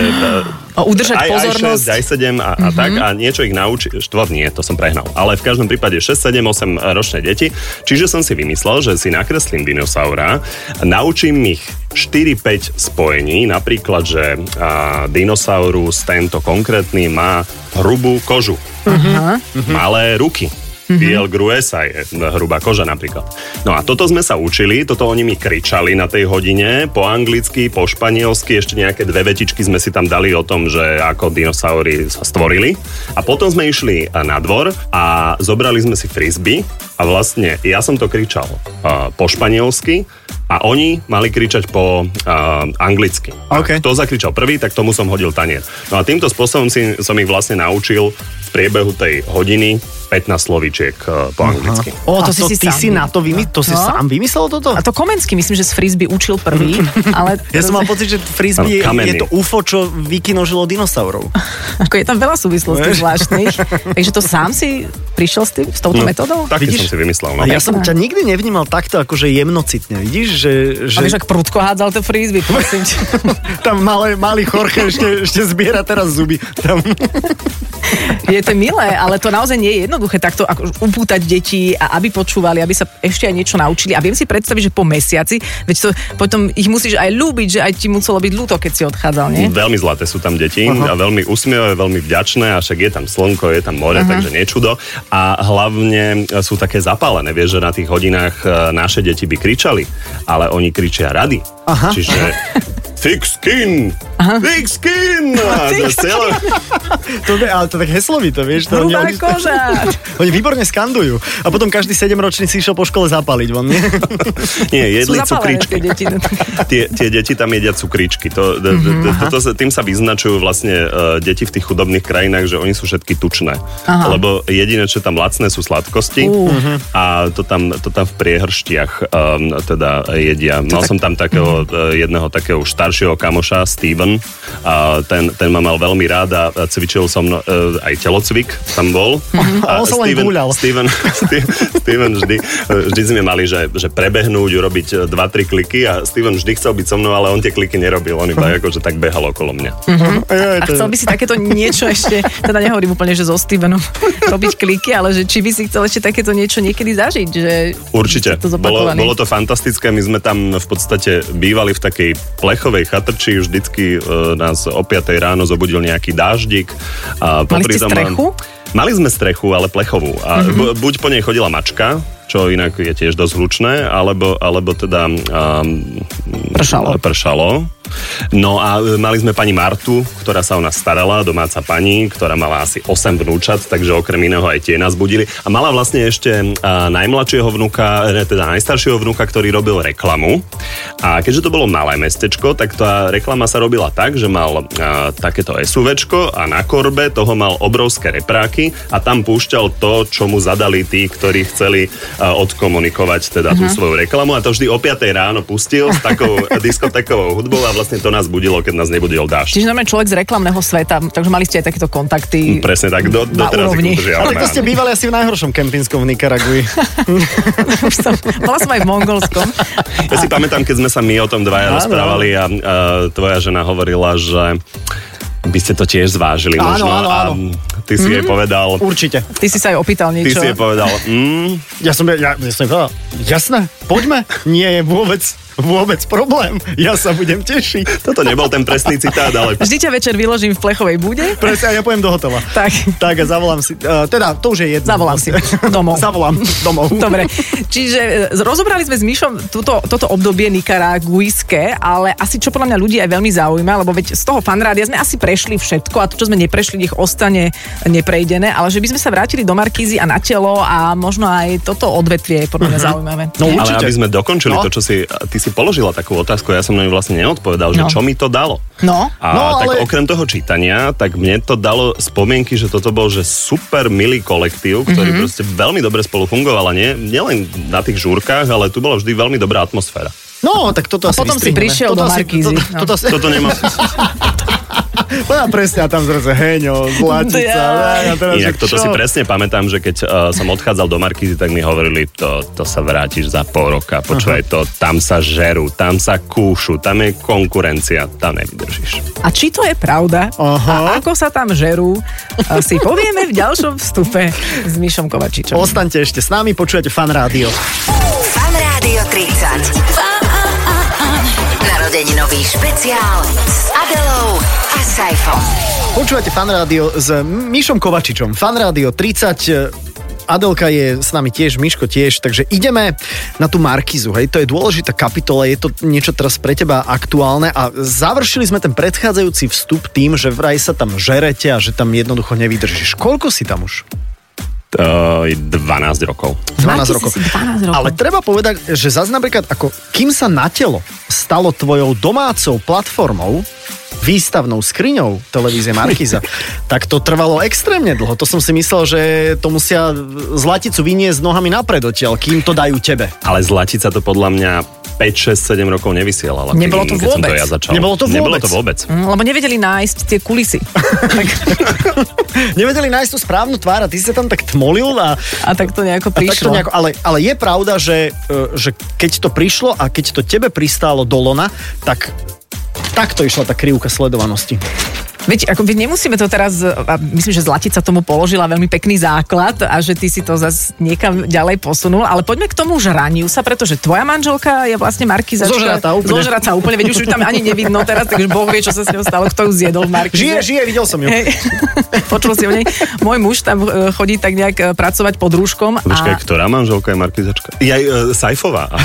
eh,
A udržať
aj,
pozornosť. Mhm.
Aj 6, aj 7 a, a tak a niečo ich naučí, štvor nie, to som prehnal, ale v každom prípade 6, 7, 8 e, ročné deti, čiže som si vymyslel, že si nakreslím dinosaura, naučím ich 4-5 spojení, napríklad, že a, dinosaurus tento konkrétny má hrubú kožu, Mhm. malé ruky. Piel gruesa je hrubá koža napríklad. No a toto sme sa učili, toto oni mi kričali na tej hodine, po anglicky, po španielsky, ešte nejaké dve vetičky sme si tam dali o tom, že ako dinosaury sa stvorili. A potom sme išli eh, na dvor a zobrali sme si frisby a vlastne ja som to kričal eh, po španielsky a oni mali kričať po eh, anglicky.
OK.
To kto zakričal prvý, tak tomu som hodil tanier. No a týmto spôsobom si, som ich vlastne naučil v priebehu tej hodiny 15 slovíčiek e, po anglicky.
O,
a
to si
to
si
ty
sám
si na to vymyslel, to si
No.
sám vymyslel toto?
A to Komenský, myslím, že z frisby učil prvý, ale...
Ja som mal pocit, že frisbee je,
Áno,
je
kamenný.
to UFO, čo vykinožilo dinosaurov.
Ako je tam veľa súvislostí
Vieš?
zvláštnych. Takže to sám si prišiel s, tým, s
No.
touto metodou?
Taký
Vidíš?
som si vymyslel. No.
A ja som ťa nikdy nevnímal takto, akože jemnocitne. Vidíš, že,
A
že
vieš, ak prudko hádzal to frisby, prosím ťa.
tam malé, malý Jorge ešte, ešte zbiera teraz zuby. Tam.
Je to milé, ale to naozaj nie je jednoduché takto ako upútať deti a aby počúvali, aby sa ešte aj niečo naučili. A viem si predstaviť, že po mesiaci, veď to potom ich musíš aj ľúbiť, že aj ti muselo byť ľúto, keď si odchádzal, nie?
Veľmi zlaté sú tam deti a veľmi úsmievavé, veľmi vďačné a však je tam slnko, je tam more, takže nečudo. A hlavne e, sú také zapálené, vieš, že na tých hodinách e, naše deti by kričali, ale oni kričia rady.
Aha.
Čiže thick skin, thick skin. A
Thick
celé,
To, je- ale to je tak heslovito, vieš. To
Hrubá koža!
oni výborne skandujú. A potom každý 7-ročný si išiel po škole zapaliť von, nie?
nie,
Sú
jedli
zapálené
cukričky.
tie deti. no
tie, tie deti tam jedia cukričky. To, to,
Mhm,
to, to, to, sa- tým sa vyznačujú vlastne uh, deti v tých chudobných krajinách, že oni sú všetky tučné.
Aha.
Lebo jediné, čo tam lacné, sú sladkosti
Ú.
a to tam, to tam v priehrštiach um, teda jedia. Mal som tam takého
Mhm.
uh, jedného takého už staršieho kamoša, Steven, a ten, ten ma mal veľmi rád a a cvičil som uh, aj telocvik, tam bol.
Mhm.
A on sa len
Steven-
gúľal.
Steven, Ste- Steven vždy, vždy sme mali, že, že prebehnúť, urobiť 2-3 kliky a Steven vždy chcel byť so mnou, ale on tie kliky nerobil, on
Mhm.
iba akože tak behal okolo mňa.
Hm.
Joj,
A
to je-
chcel by si takéto niečo ešte, teda nehovorím úplne, že so Stevenom robiť kliky, ale že či by si chcel ešte takéto niečo niekedy zažiť, že že
Určite,
ste to
bolo,
zopakované.
bolo to fantastické, my sme tam v podstate bývali v takej plechovej chatrči, vždycky e, nás o 5 ráno zobudil nejaký dáždik. A
Mali ste strechu? Mhm.
Mali sme strechu, ale plechovú. A mm-hmm. buď po nej chodila mačka, čo inak je tiež dosť hlučné, alebo, alebo teda... Um,
Pršalo.
pršalo. No a e, mali sme pani Martu, ktorá sa o nás starala, domáca pani, ktorá mala asi 8 vnúčat, takže okrem iného aj tie nás budili. A mala vlastne ešte a, najmladšieho vnuka, e, teda najstaršieho vnuka, ktorý robil reklamu. A keďže to bolo malé mestečko, tak tá reklama sa robila tak, že mal a, takéto SUVčko a na korbe toho mal obrovské repráky a tam púšťal to, čo mu zadali tí, ktorí chceli a, odkomunikovať teda
Mhm.
tú svoju reklamu. A to vždy o 5 ráno pustil s takou diskotekovou hudbou a vlastne to nás budilo, keď nás nebudil dážď.
Čiže normálne človek z reklamného sveta, takže mali ste aj takéto kontakty.
Presne tak, do,
Na
doteraz
úrovni.
ich udržiavame.
Ale to ste bývali asi v najhoršom kempinskom v Nikaragui.
Už som, bola som aj v Mongolskom.
Ja si pamätám, keď sme sa my o tom dvaja
Áno.
rozprávali a, a tvoja žena hovorila, že by ste to tiež zvážili
Áno,
možno.
áno, Mhm. áno.
A ty si jej povedal...
Určite.
Ty si sa aj opýtal
Ty
niečo.
si jej povedal, mm,
Ja som, ja, ja som povedal, jasné, poďme. Nie je vôbec, vôbec problém. Ja sa budem tešiť.
toto nebol ten presný citát, ale
Vždy ťa večer vyložím v plechovej bude.
Presne, a ja pojem do hotela.
Tak.
Tak a zavolám si, uh, teda to už je jedno.
Zavolám si domov.
Zavolám domov.
Dobre, čiže e, z- rozobrali sme s Myšom túto, toto obdobie nikaraguiské, ale asi čo podľa mňa ľudí aj veľmi zaujíma, lebo veď z toho fanrádia sme asi prešli všetko a to, čo sme neprešli, nech ostane neprejdené, ale že by sme sa vrátili do Markízy a na telo a možno aj toto odvetvie je podľa mňa zaujímavé.
No
Ale
určite.
aby sme dokončili
No.
no. to, čo si... Ty si položila takú otázku, ja som na ňu vlastne neodpovedal, že
No.
čo mi to dalo.
No.
A
No,
tak
ale-
okrem toho čítania, tak mne to dalo spomienky, že toto bol že super milý kolektív, ktorý
Mhm.
mm-hmm. proste veľmi dobre spolu fungoval a nie, nielen na tých žúrkach, ale tu bola vždy veľmi dobrá atmosféra.
No, tak toto
A
asi
potom si
vystrihneme.
prišiel
toto
do
asi-
Markízy,
Toto,
no.
toto, asi-
Toto nemá...
No a presne, a tam zrazu Heňo, Zlatica.
Jaj.
a teraz,
Inak
že
toto
čo?
si presne pamätám, že keď uh, som odchádzal do Markízy, tak mi hovorili, to, to sa vrátiš za pol roka, počúvaj to, tam sa žerú, tam sa kúšu, tam je konkurencia, tam nevydržíš.
A či to je pravda?
Aha.
A ako sa tam žerú? e, Si povieme v ďalšom vstupe s Myšom Kovačičom.
Ostaňte ešte s nami, počujete Fan Rádio.
Fan Rádio 30. Narodeninový špeciál s Adelou a Saifom.
Počúvate Fan Rádio s Mišom Kovačičom. Fan Rádio 30, Adelka je s nami tiež, Miško tiež, takže ideme na tú Markizu, hej, to je dôležitá kapitola, je to niečo teraz pre teba aktuálne a završili sme ten predchádzajúci vstup tým, že vraj sa tam žerete a že tam jednoducho nevydržíš. Koľko si tam už?
Uh, 12 rokov.
12
Markize
rokov.
si 12 rokov.
Ale treba povedať, že zase napríklad, ako kým sa na telo stalo tvojou domácou platformou, výstavnou skriňou televízie Markiza, tak to trvalo extrémne dlho. To som si myslel, že to musia zlaticu vyniesť nohami napred odtiaľ, kým to dajú tebe.
Ale Zlatica to podľa mňa 5, 6, 7 rokov nevysielala. keď-
Nebolo to
keď som to
vôbec.
ja začal.
Nebolo to
Nebolo
vôbec.
to vôbec.
Mm, Lebo nevedeli nájsť tie kulisy. tak,
Nevedeli nájsť tú správnu tvár a ty si sa tam tak tmolil a,
a tak to nejako
a tak to
prišlo.
nejako, ale, ale je pravda, že, e, že keď to prišlo a keď to tebe pristálo do lona, tak takto išla tá krivka sledovanosti.
Veď, ako, veď nemusíme to teraz, a myslím, že Zlatica tomu položila veľmi pekný základ a že ty si to zase niekam ďalej posunul, ale poďme k tomu žraniu sa, pretože tvoja manželka je vlastne markizačka.
Zožratá úplne.
Zožratá úplne, veď už ju tam ani nevidno teraz, takže Boh vie, čo sa s ňou stalo, kto ju zjedol v markize.
Žije, žije, videl som ju.
Hej, počul si o nej. Môj muž tam e, chodí tak nejak e, pracovať pod rúškom.
Počkaj, ktorá manželka je Markizačka? Ja, e, Sajfová.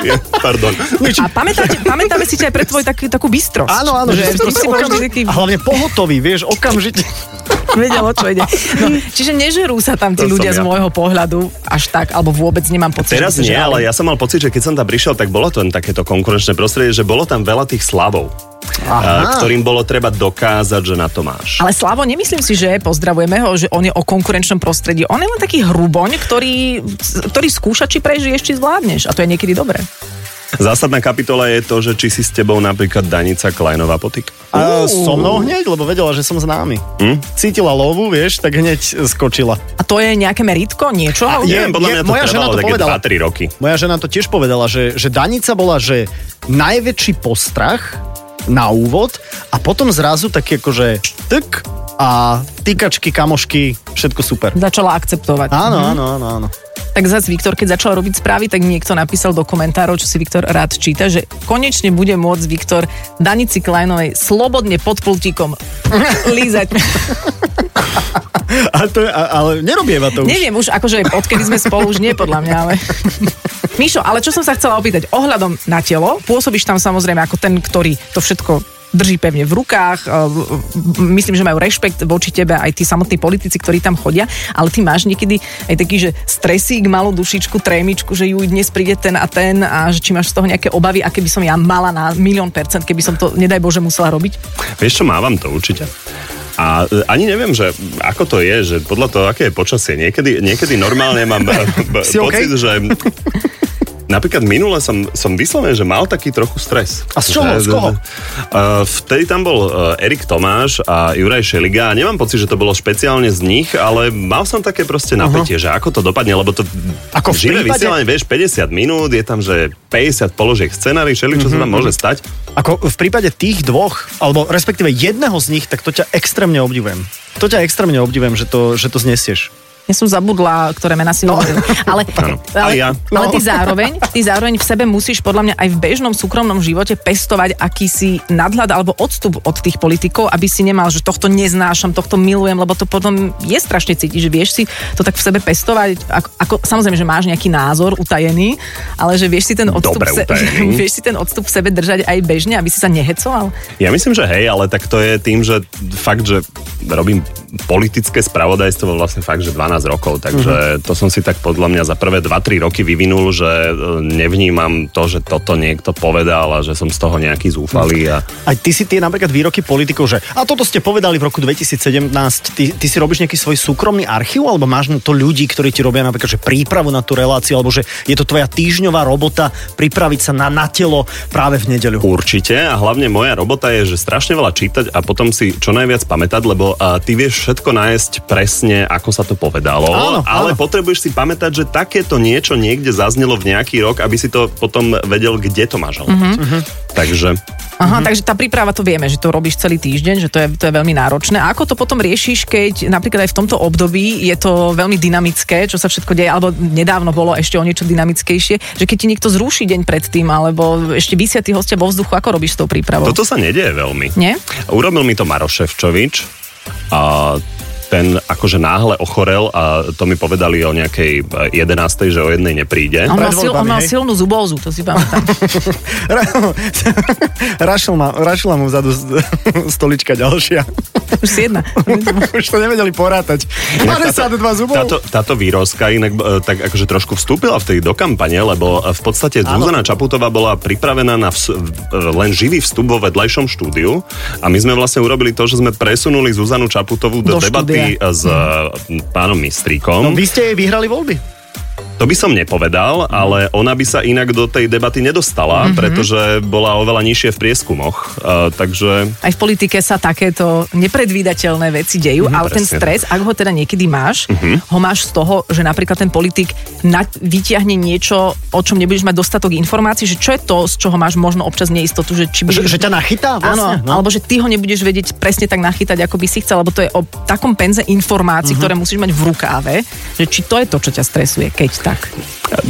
Ja, Pardon.
A pamätáte, pamätáme si ťa aj pre tvoju takú, takú bystrosť.
Áno, áno, že,
že,
že
ty si bol vždy taký,
a hlavne pohotový, vieš, okamžite.
vedelo, čo ide. No, čiže nežerú sa tam tí
To som
ľudia z
ja.
môjho pohľadu až tak, alebo vôbec nemám pocit.
Teraz
že by sa
nie,
žrali.
ale ja som mal pocit, že keď som tam prišiel, tak bolo to len takéto konkurenčné prostredie, že bolo tam veľa tých slavov,
Aha.
a, ktorým bolo treba dokázať, že na to máš.
Ale Slavo, nemyslím si, že pozdravujeme ho, že on je o konkurenčnom prostredí. On je len taký hruboň, ktorý, ktorý skúša, či prežiješ, či zvládneš. A to je niekedy dobré.
Zásadná kapitola je to, že či si s tebou napríklad Danica Kleinová potýka.
A so mnou hneď, lebo vedela, že som známy. Hm? Cítila lovu, vieš, tak hneď skočila.
A to je nejaké meritko, niečo?
A je-
Neviem, podľa mňa to
moja žena
trvalo
to
také
povedala.
2-3 roky.
Moja žena to tiež povedala, že, že Danica bola, že najväčší postrach na úvod a potom zrazu taký akože tyk a týkačky, kamošky, všetko super.
Začala akceptovať.
Áno, áno, áno, áno.
Tak zase Viktor, keď začal robiť správy, tak niekto napísal do komentárov, čo si Viktor rád číta, že konečne bude môcť Viktor Danici Kleinovej slobodne pod pultíkom lízať.
A to, je- a, ale nerobieva to už.
Neviem už, akože odkedy sme spolu, už nie podľa mňa, ale... Mišo, ale čo som sa chcela opýtať, ohľadom na telo, pôsobíš tam samozrejme ako ten, ktorý to všetko drží pevne v rukách, eh, v- v- myslím, že majú rešpekt voči tebe aj tí samotní politici, ktorí tam chodia, ale ty máš niekedy aj taký, že stresík, malú dušičku, trémičku, že ju dnes príde ten a ten a že či máš z toho nejaké obavy, aké by som ja mala na milión percent, keby som to, nedaj Bože, musela robiť.
Vieš čo, mávam to určite. A e, ani neviem, že ako to je, že podľa toho, aké je počasie. Niekedy, niekedy normálne mám b- b-
Si
pocit,
OK?
že... Napríklad minule som, som vyslovene, že mal taký trochu stres.
A z čoho?
Že-
Z koho?
Uh, vtedy tam bol uh, Erik Tomáš a Juraj Šeliga a nemám pocit, že to bolo špeciálne z nich, ale mal som také proste napätie, uh-huh. že ako to dopadne, lebo to
Ako v
živé
prípade-
vysielanie, vieš, 50 minút, je tam, že 50 položiek scenári, šeli, čo
Mhm,
sa tam môže stať.
Ako v prípade tých dvoch, alebo respektíve jedného z nich, tak to ťa extrémne obdivujem. To ťa extrémne obdivujem, že to, že to znesieš.
Ja som zabudla, ktoré mená si hovoril. Ale,
No. Áno.
ale,
Aj ja.
ale
No.
ty, zároveň, ty zároveň v sebe musíš podľa mňa aj v bežnom súkromnom živote pestovať akýsi nadhľad alebo odstup od tých politikov, aby si nemal, že tohto neznášam, tohto milujem, lebo to potom je strašne cítiš, že vieš si to tak v sebe pestovať, ako, ako samozrejme, že máš nejaký názor utajený, ale že vieš si ten odstup,
Dobre
v se,
utajený.
vieš si ten odstup v sebe držať aj bežne, aby si sa nehecoval.
Ja myslím, že hej, ale tak to je tým, že fakt, že robím politické spravodajstvo vlastne fakt, že 12 rokov, takže to som si tak podľa mňa za prvé 2-3 roky vyvinul, že e, nevnímam to, že toto niekto povedal a že som z toho nejaký zúfalý a
Aj ty si tie napríklad výroky politikov, že a toto ste povedali v roku 2017, ty, ty si robíš nejaký svoj súkromný archív, alebo máš na to ľudí, ktorí ti robia napríklad že prípravu na tú reláciu, alebo že je to tvoja týždňová robota pripraviť sa na, na telo práve v nedeľu.
Určite a hlavne moja robota je, že strašne veľa čítať a potom si čo najviac pamätať, lebo a, ty vieš všetko nájsť presne, ako sa to povedalo,
Áno,
ale
áno.
potrebuješ si pamätať, že takéto niečo niekde zaznelo v nejaký rok, aby si to potom vedel, kde to máš
Mhm.
hľadať. Takže
Aha, takže tá príprava to vieme, že to robíš celý týždeň, že to je, to je veľmi náročné. A ako to potom riešiš, keď napríklad aj v tomto období je to veľmi dynamické, čo sa všetko deje, alebo nedávno bolo ešte o niečo dynamickejšie, že keď ti niekto zruší deň predtým, alebo ešte vysia tí hostia vo vzduchu, ako robíš s tou prípravou?
toto sa nedieje veľmi.
Nie?
Urobil mi to Maroš Ševčovič a ten akože náhle ochorel a to mi povedali o nejakej e, 11. že o jednej nepríde.
On mal,
Pred
sil, on
voľbami,
mal
hej?
silnú zubózu, to si pamätám.
Ra- Rašel ma, rašila mu vzadu z- stolička ďalšia.
Už si jedna.
Už to nevedeli porátať. 52 zubov.
Táto, táto výrozka inak e, tak akože trošku vstúpila vtedy do kampane, lebo e, v podstate Zuzana Čaputová bola pripravená na vs- v- e, len živý vstup vo vedľajšom štúdiu a my sme vlastne urobili to, že sme presunuli Zuzanu Čaputovú do,
Do
debaty
štúdia.
s e, pánom
No,
Mistríkom.
vy ste jej vyhrali voľby.
To by som nepovedal, ale ona by sa inak do tej debaty nedostala, mm-hmm. pretože bola oveľa nižšie v prieskumoch. E, takže
Aj v politike sa takéto nepredvídateľné veci dejú, mm, ale ten
presne.
stres, ak ho teda niekedy máš, ho máš z toho, že napríklad ten politik na, vyťahne niečo, o čom nebudeš mať dostatok informácií, že čo je to, z čoho máš možno občas neistotu, že či
Že,
budeš...
že ťa nachytá vlastne.
Áno, no. alebo že ty ho nebudeš vedieť presne tak nachytať, ako by si chcel, lebo to je o takom penze informácií, ktoré musíš mať v rukáve, že či to je to, čo ťa stresuje, keď tak.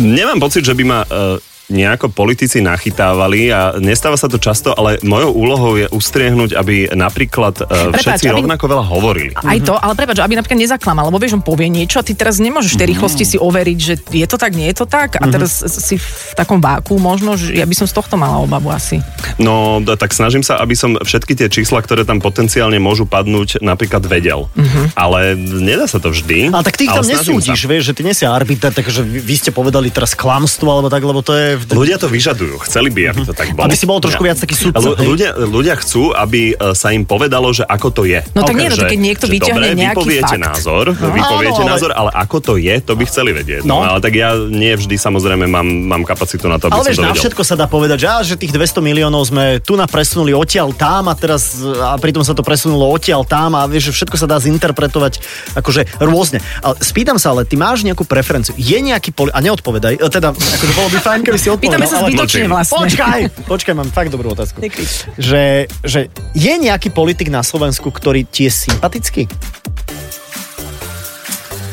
Nemám pocit, že by ma e, nejako politici nachytávali a nestáva sa to často, ale mojou úlohou je ustriehnúť, aby napríklad e,
Prepáč,
všetci
aby-
rovnako veľa hovorili.
Aj to, ale prepáč, že aby napríklad nezaklamal, lebo vieš, on povie niečo a ty teraz nemôžeš
Mhm.
v tej rýchlosti si overiť, že je to tak, nie je to tak a teraz si v takom váku možno, že ja by som z tohto mala obavu asi.
No, d- tak snažím sa, aby som všetky tie čísla, ktoré tam potenciálne môžu padnúť, napríklad vedel. Ale nedá sa to vždy.
A tak ty ich tam
ale snažím
nesúdiš,
sa.
vieš, že ty nie si arbiter, takže vy, vy ste povedali teraz klamstvo alebo tak, lebo to je... v-
Ľudia to vyžadujú, chceli by, aby to tak bolo.
Aby si bol trošku viac taký sudca,
Lu-
hej.
Ľudia, ľudia chcú, aby e, sa im povedalo, že ako to je.
No tak nie, no
že-
tak keď niekto
že
vyťahne
dobre,
nejaký
vypoviete
fakt.
názor, vypoviete
Áno, ale-
názor, ale ako to je, to by chceli vedieť. No,
No.
ale tak ja nie vždy samozrejme mám, mám kapacitu na to, aby
Ale
som
vieš,
to
na
vedel.
všetko sa dá povedať, že, á, že tých 200 miliónov sme tu na presunuli odtiaľ tam a teraz a pritom sa to presunulo odtiaľ tam a vieš, že všetko sa dá zinterpretovať akože rôzne. Ale spýtam sa, ale ty máš nejakú preferenciu? Je nejaký poli... A neodpovedaj, e, teda akože bolo by fajn, keby si odpovedal.
Pýtame sa
ale-
zbytočne
mlčím.
vlastne.
Počkaj, počkaj, mám fakt dobrú otázku.
Nekrič.
Že, že je nejaký politik na Slovensku, ktorý ti je sympatický?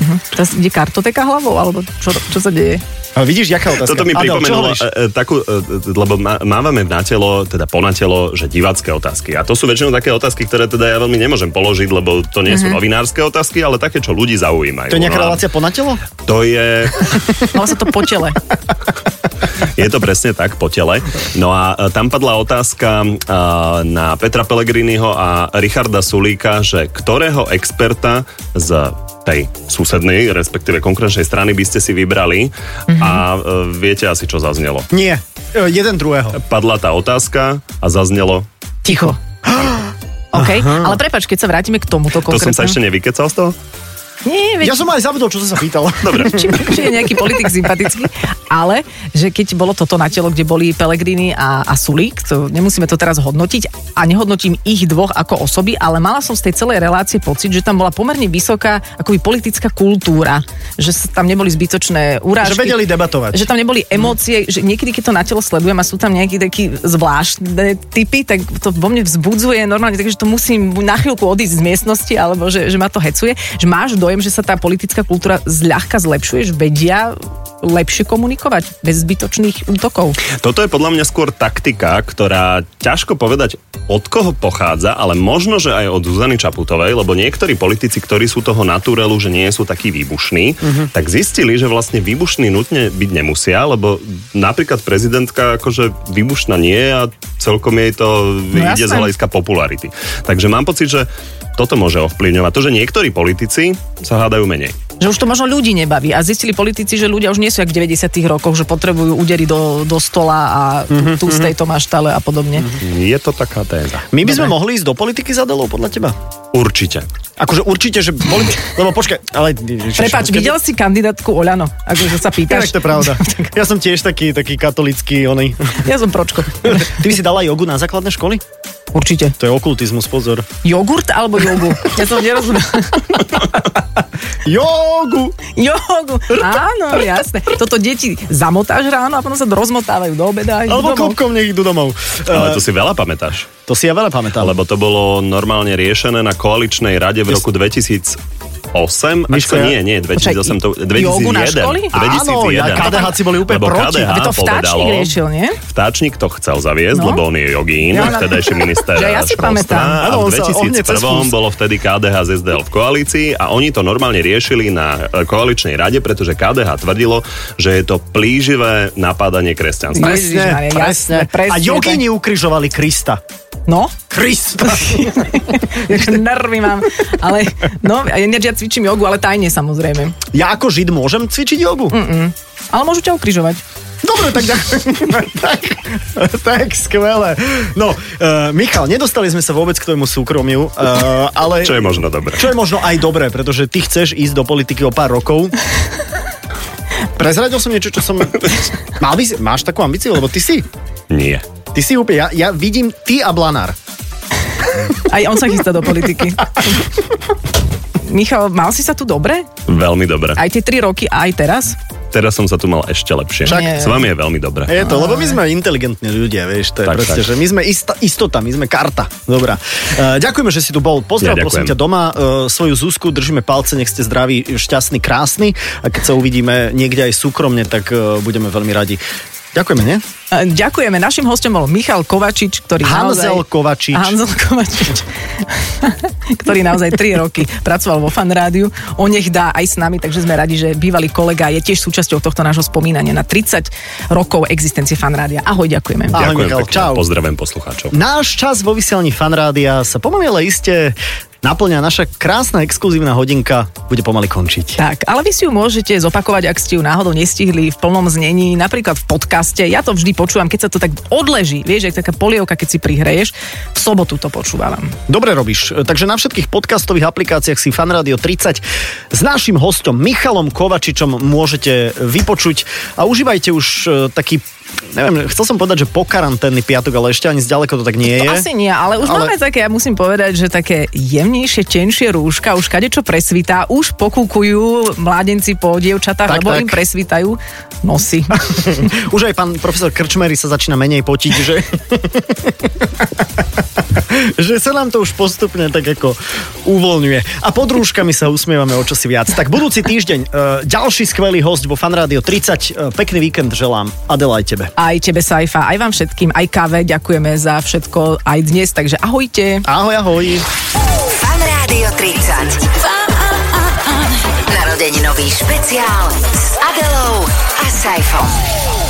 Hm? Teraz ide kartoteka hlavou, alebo čo, čo sa deje?
A vidíš, jaká otázka?
Toto mi
Adel, vlastne. čo
pripomenulo
hovoríš?
e, e, takú, e, e, lebo má- mávame na telo, teda po na telo, že divácké otázky. A to sú väčšinou také otázky, ktoré teda ja veľmi nemôžem položiť, lebo to nie sú novinárske otázky, ale také, čo ľudí zaujímajú.
Mhm. To je nejaká
No a
relácia po na telo?
To je...
Malo sa to po tele.
Je to presne tak, po tele. No a e, tam padla otázka e, na Petra Pellegriniho a Richarda Sulíka, že ktorého experta z tej susednej, respektíve konkurenčnej strany by ste si vybrali
Mhm.
a e, viete asi, čo zaznelo.
Nie. E, jeden druhého.
Padla tá otázka a zaznelo,
Ticho. OK, ale prepač, keď sa vrátime k tomuto
to som
konkrétne.
sa ešte nevykecal z toho?
Nie,
Ja
veď,
som aj zabudol, čo som sa pýtal.
Dobre.
či, či je nejaký politik sympatický, ale že keď bolo toto na telo, kde boli Pelegrini a, a Sulík, to nemusíme to teraz hodnotiť a nehodnotím ich dvoch ako osoby, ale mala som z tej celej relácie pocit, že tam bola pomerne vysoká akoby politická kultúra, že sa tam neboli zbytočné urážky.
Že vedeli debatovať.
Že tam
Mm.
neboli emócie, že niekedy, keď to na telo sledujem a sú tam nejaké taký zvláštne typy, tak to vo mne vzbudzuje normálne, takže to musím buď na chvíľku odísť z miestnosti, alebo že, že ma to hecuje. Že máš dojem, že sa tá politická kultúra zľahka zlepšuje, že vedia lepšie komunikovať bez zbytočných útokov.
Toto je podľa mňa skôr taktika, ktorá ťažko povedať od koho pochádza, ale možno, že aj od Zuzany Čaputovej, lebo niektorí politici, ktorí sú toho naturelu, že nie sú takí výbušní, tak zistili, že vlastne výbušní nutne byť nemusia, lebo napríklad prezidentka akože výbušná nie je a celkom jej to
No
ide z
jasné.
hľadiska popularity. Takže mám pocit, že toto môže ovplyvňovať to, že niektorí politici sa hádajú menej.
Že už to možno ľudí nebaví a zistili politici, že ľudia už nie sú jak v 90. rokoch, že potrebujú údery do, do stola a
Mhm,
mm-hmm, tu z tejto máš tale a podobne. Mm-hmm.
Je to taká téza.
My by sme mohli ísť do politiky za Delou, podľa teba?
Určite.
Akože určite, že... Boli... Lebo počkaj, ale...
Prepač,
keď-
videl si kandidátku Oľano, akože sa
Inak
pýtaš.
to je pravda. Ja som tiež taký, taký katolický, oný.
Ja som pročko.
Ty by si dala jogu na základné školy?
Určite.
To je okultizmus, pozor.
Jogurt alebo jogu? Ja som nerozumel.
Jogu!
Jogu. Áno, jasné. Toto deti zamotáš ráno a potom sa rozmotávajú do obeda. a idú
Alebo
domov.
klopkom nech idú domov. Eh,
Ale
to...
to si veľa pamätáš.
to si ja veľa pamätám.
lebo to bolo normálne riešené na koaličnej rade v roku
Miško,
2008, Miško,
ja-
nie, nie, 2008, to,
Počkaj, jogu na
2001.
školy?
2001.
Áno, ja- KDH-ci boli úplne
lebo
proti.
KDH
Aby to vtáčnik
povedalo-
riešil, nie?
Vtáčnik to chcel zaviesť,
No.
lebo on je jogín,
Ja
ja,
na-
vtedajší minister
Že ja si
školstva.
pamätám.
A
Áno, on
v
sa ohne cez
2001
fúst.
bolo vtedy KDH z SDL v koalícii a oni to normálne riešili na e, koaličnej rade, pretože KDH tvrdilo, že je to plíživé napádanie kresťanstva.
Ježišmarie, No, jasné, presne
A jogini
tak.
ukrižovali Krista.
No,
Krista!
nervy mám. Ale, no, ja, ináč ja cvičím jogu, ale tajne samozrejme.
Ja ako žid môžem cvičiť jogu?
Ale môžu ťa ukrižovať.
Dobre, tak ďakujem. tak, tak, skvelé. No, uh, Michal, nedostali sme sa vôbec k tomu súkromiu, uh, ale...
Čo je možno dobré.
Čo je možno aj dobré, pretože ty chceš ísť do politiky o pár rokov. Prezradil som niečo, čo som... Mal by si, máš takú ambíciu, lebo ty si.
Nie.
Ty si úplne, ja, ja vidím ty a Blanár.
Aj on sa chystá do politiky. Michal, mal si sa tu dobre?
Veľmi dobré.
Aj tie tri roky, aj teraz?
Teraz Teda som sa tu mal ešte lepšie.
Však. Nie.
S vami je veľmi dobré.
Je to, lebo my sme inteligentní ľudia, vieš, to je tak,
Tak,
proste, tak.
tak.
že my sme istá, istota, my sme karta. Dobrá. Uh, ďakujeme, že si tu bol. Pozdrav,
Ja
prosím ťa
ďakujem.
doma, uh, svoju Zuzku, držíme palce, nech ste zdraví, šťastní, krásni a keď sa uvidíme niekde aj súkromne, tak uh, budeme veľmi radi. Ďakujeme, nie?
E, Ďakujeme. Našim hostom bol Michal Kovačič, ktorý
Hanzel
naozaj...
Kovačič.
Hanzel Kovačič, ktorý naozaj 3 roky pracoval vo fan rádiu. On nech dá aj s nami, takže sme radi, že bývalý kolega je tiež súčasťou tohto nášho spomínania na 30 rokov existencie fan rádia. Ahoj, ďakujeme.
Ahoj,
Ďakujem
Michal,
pekne.
čau.
Pozdravím poslucháčov.
Náš čas vo vysielaní fanrádia sa pomaly ale iste naplňa naša krásna exkluzívna hodinka bude pomaly končiť.
Tak, ale vy si ju môžete zopakovať, ak ste ju náhodou nestihli v plnom znení, napríklad v podcaste. Ja to vždy počúvam, keď sa to tak odleží, vieš, jak taká polievka, keď si prihreješ. V sobotu to počúvam.
Dobre robíš. Takže na všetkých podcastových aplikáciách si Fanradio 30 s našim hostom Michalom Kovačičom môžete vypočuť a užívajte už e, taký neviem, chcel som povedať, že pokaranténny piatok, ale ešte ani zďaleko to tak nie je.
To asi nie, ale už
Ale-
ale... máme také, ja musím povedať, že také jemnejšie, tenšie rúška, už kade čo presvitá, už pokúkujú mládenci po dievčatách,
Tak,
tak, lebo
tak.
tak. im presvitajú nosy.
Už aj pán profesor Krčmery sa začína menej potiť, že... že sa nám to už postupne tak ako uvoľňuje. A pod rúškami sa usmievame o čosi viac. Tak budúci týždeň e, ďalší skvelý host vo Fanrádio 30. E, pekný víkend želám. Adela aj tebe.
Aj tebe, Saifa, aj vám všetkým, aj káve, ďakujeme za všetko aj dnes, takže ahojte.
Ahoj, ahoj.
Fan Rádio 30. Narodeninový špeciál s Adelou a Saifom.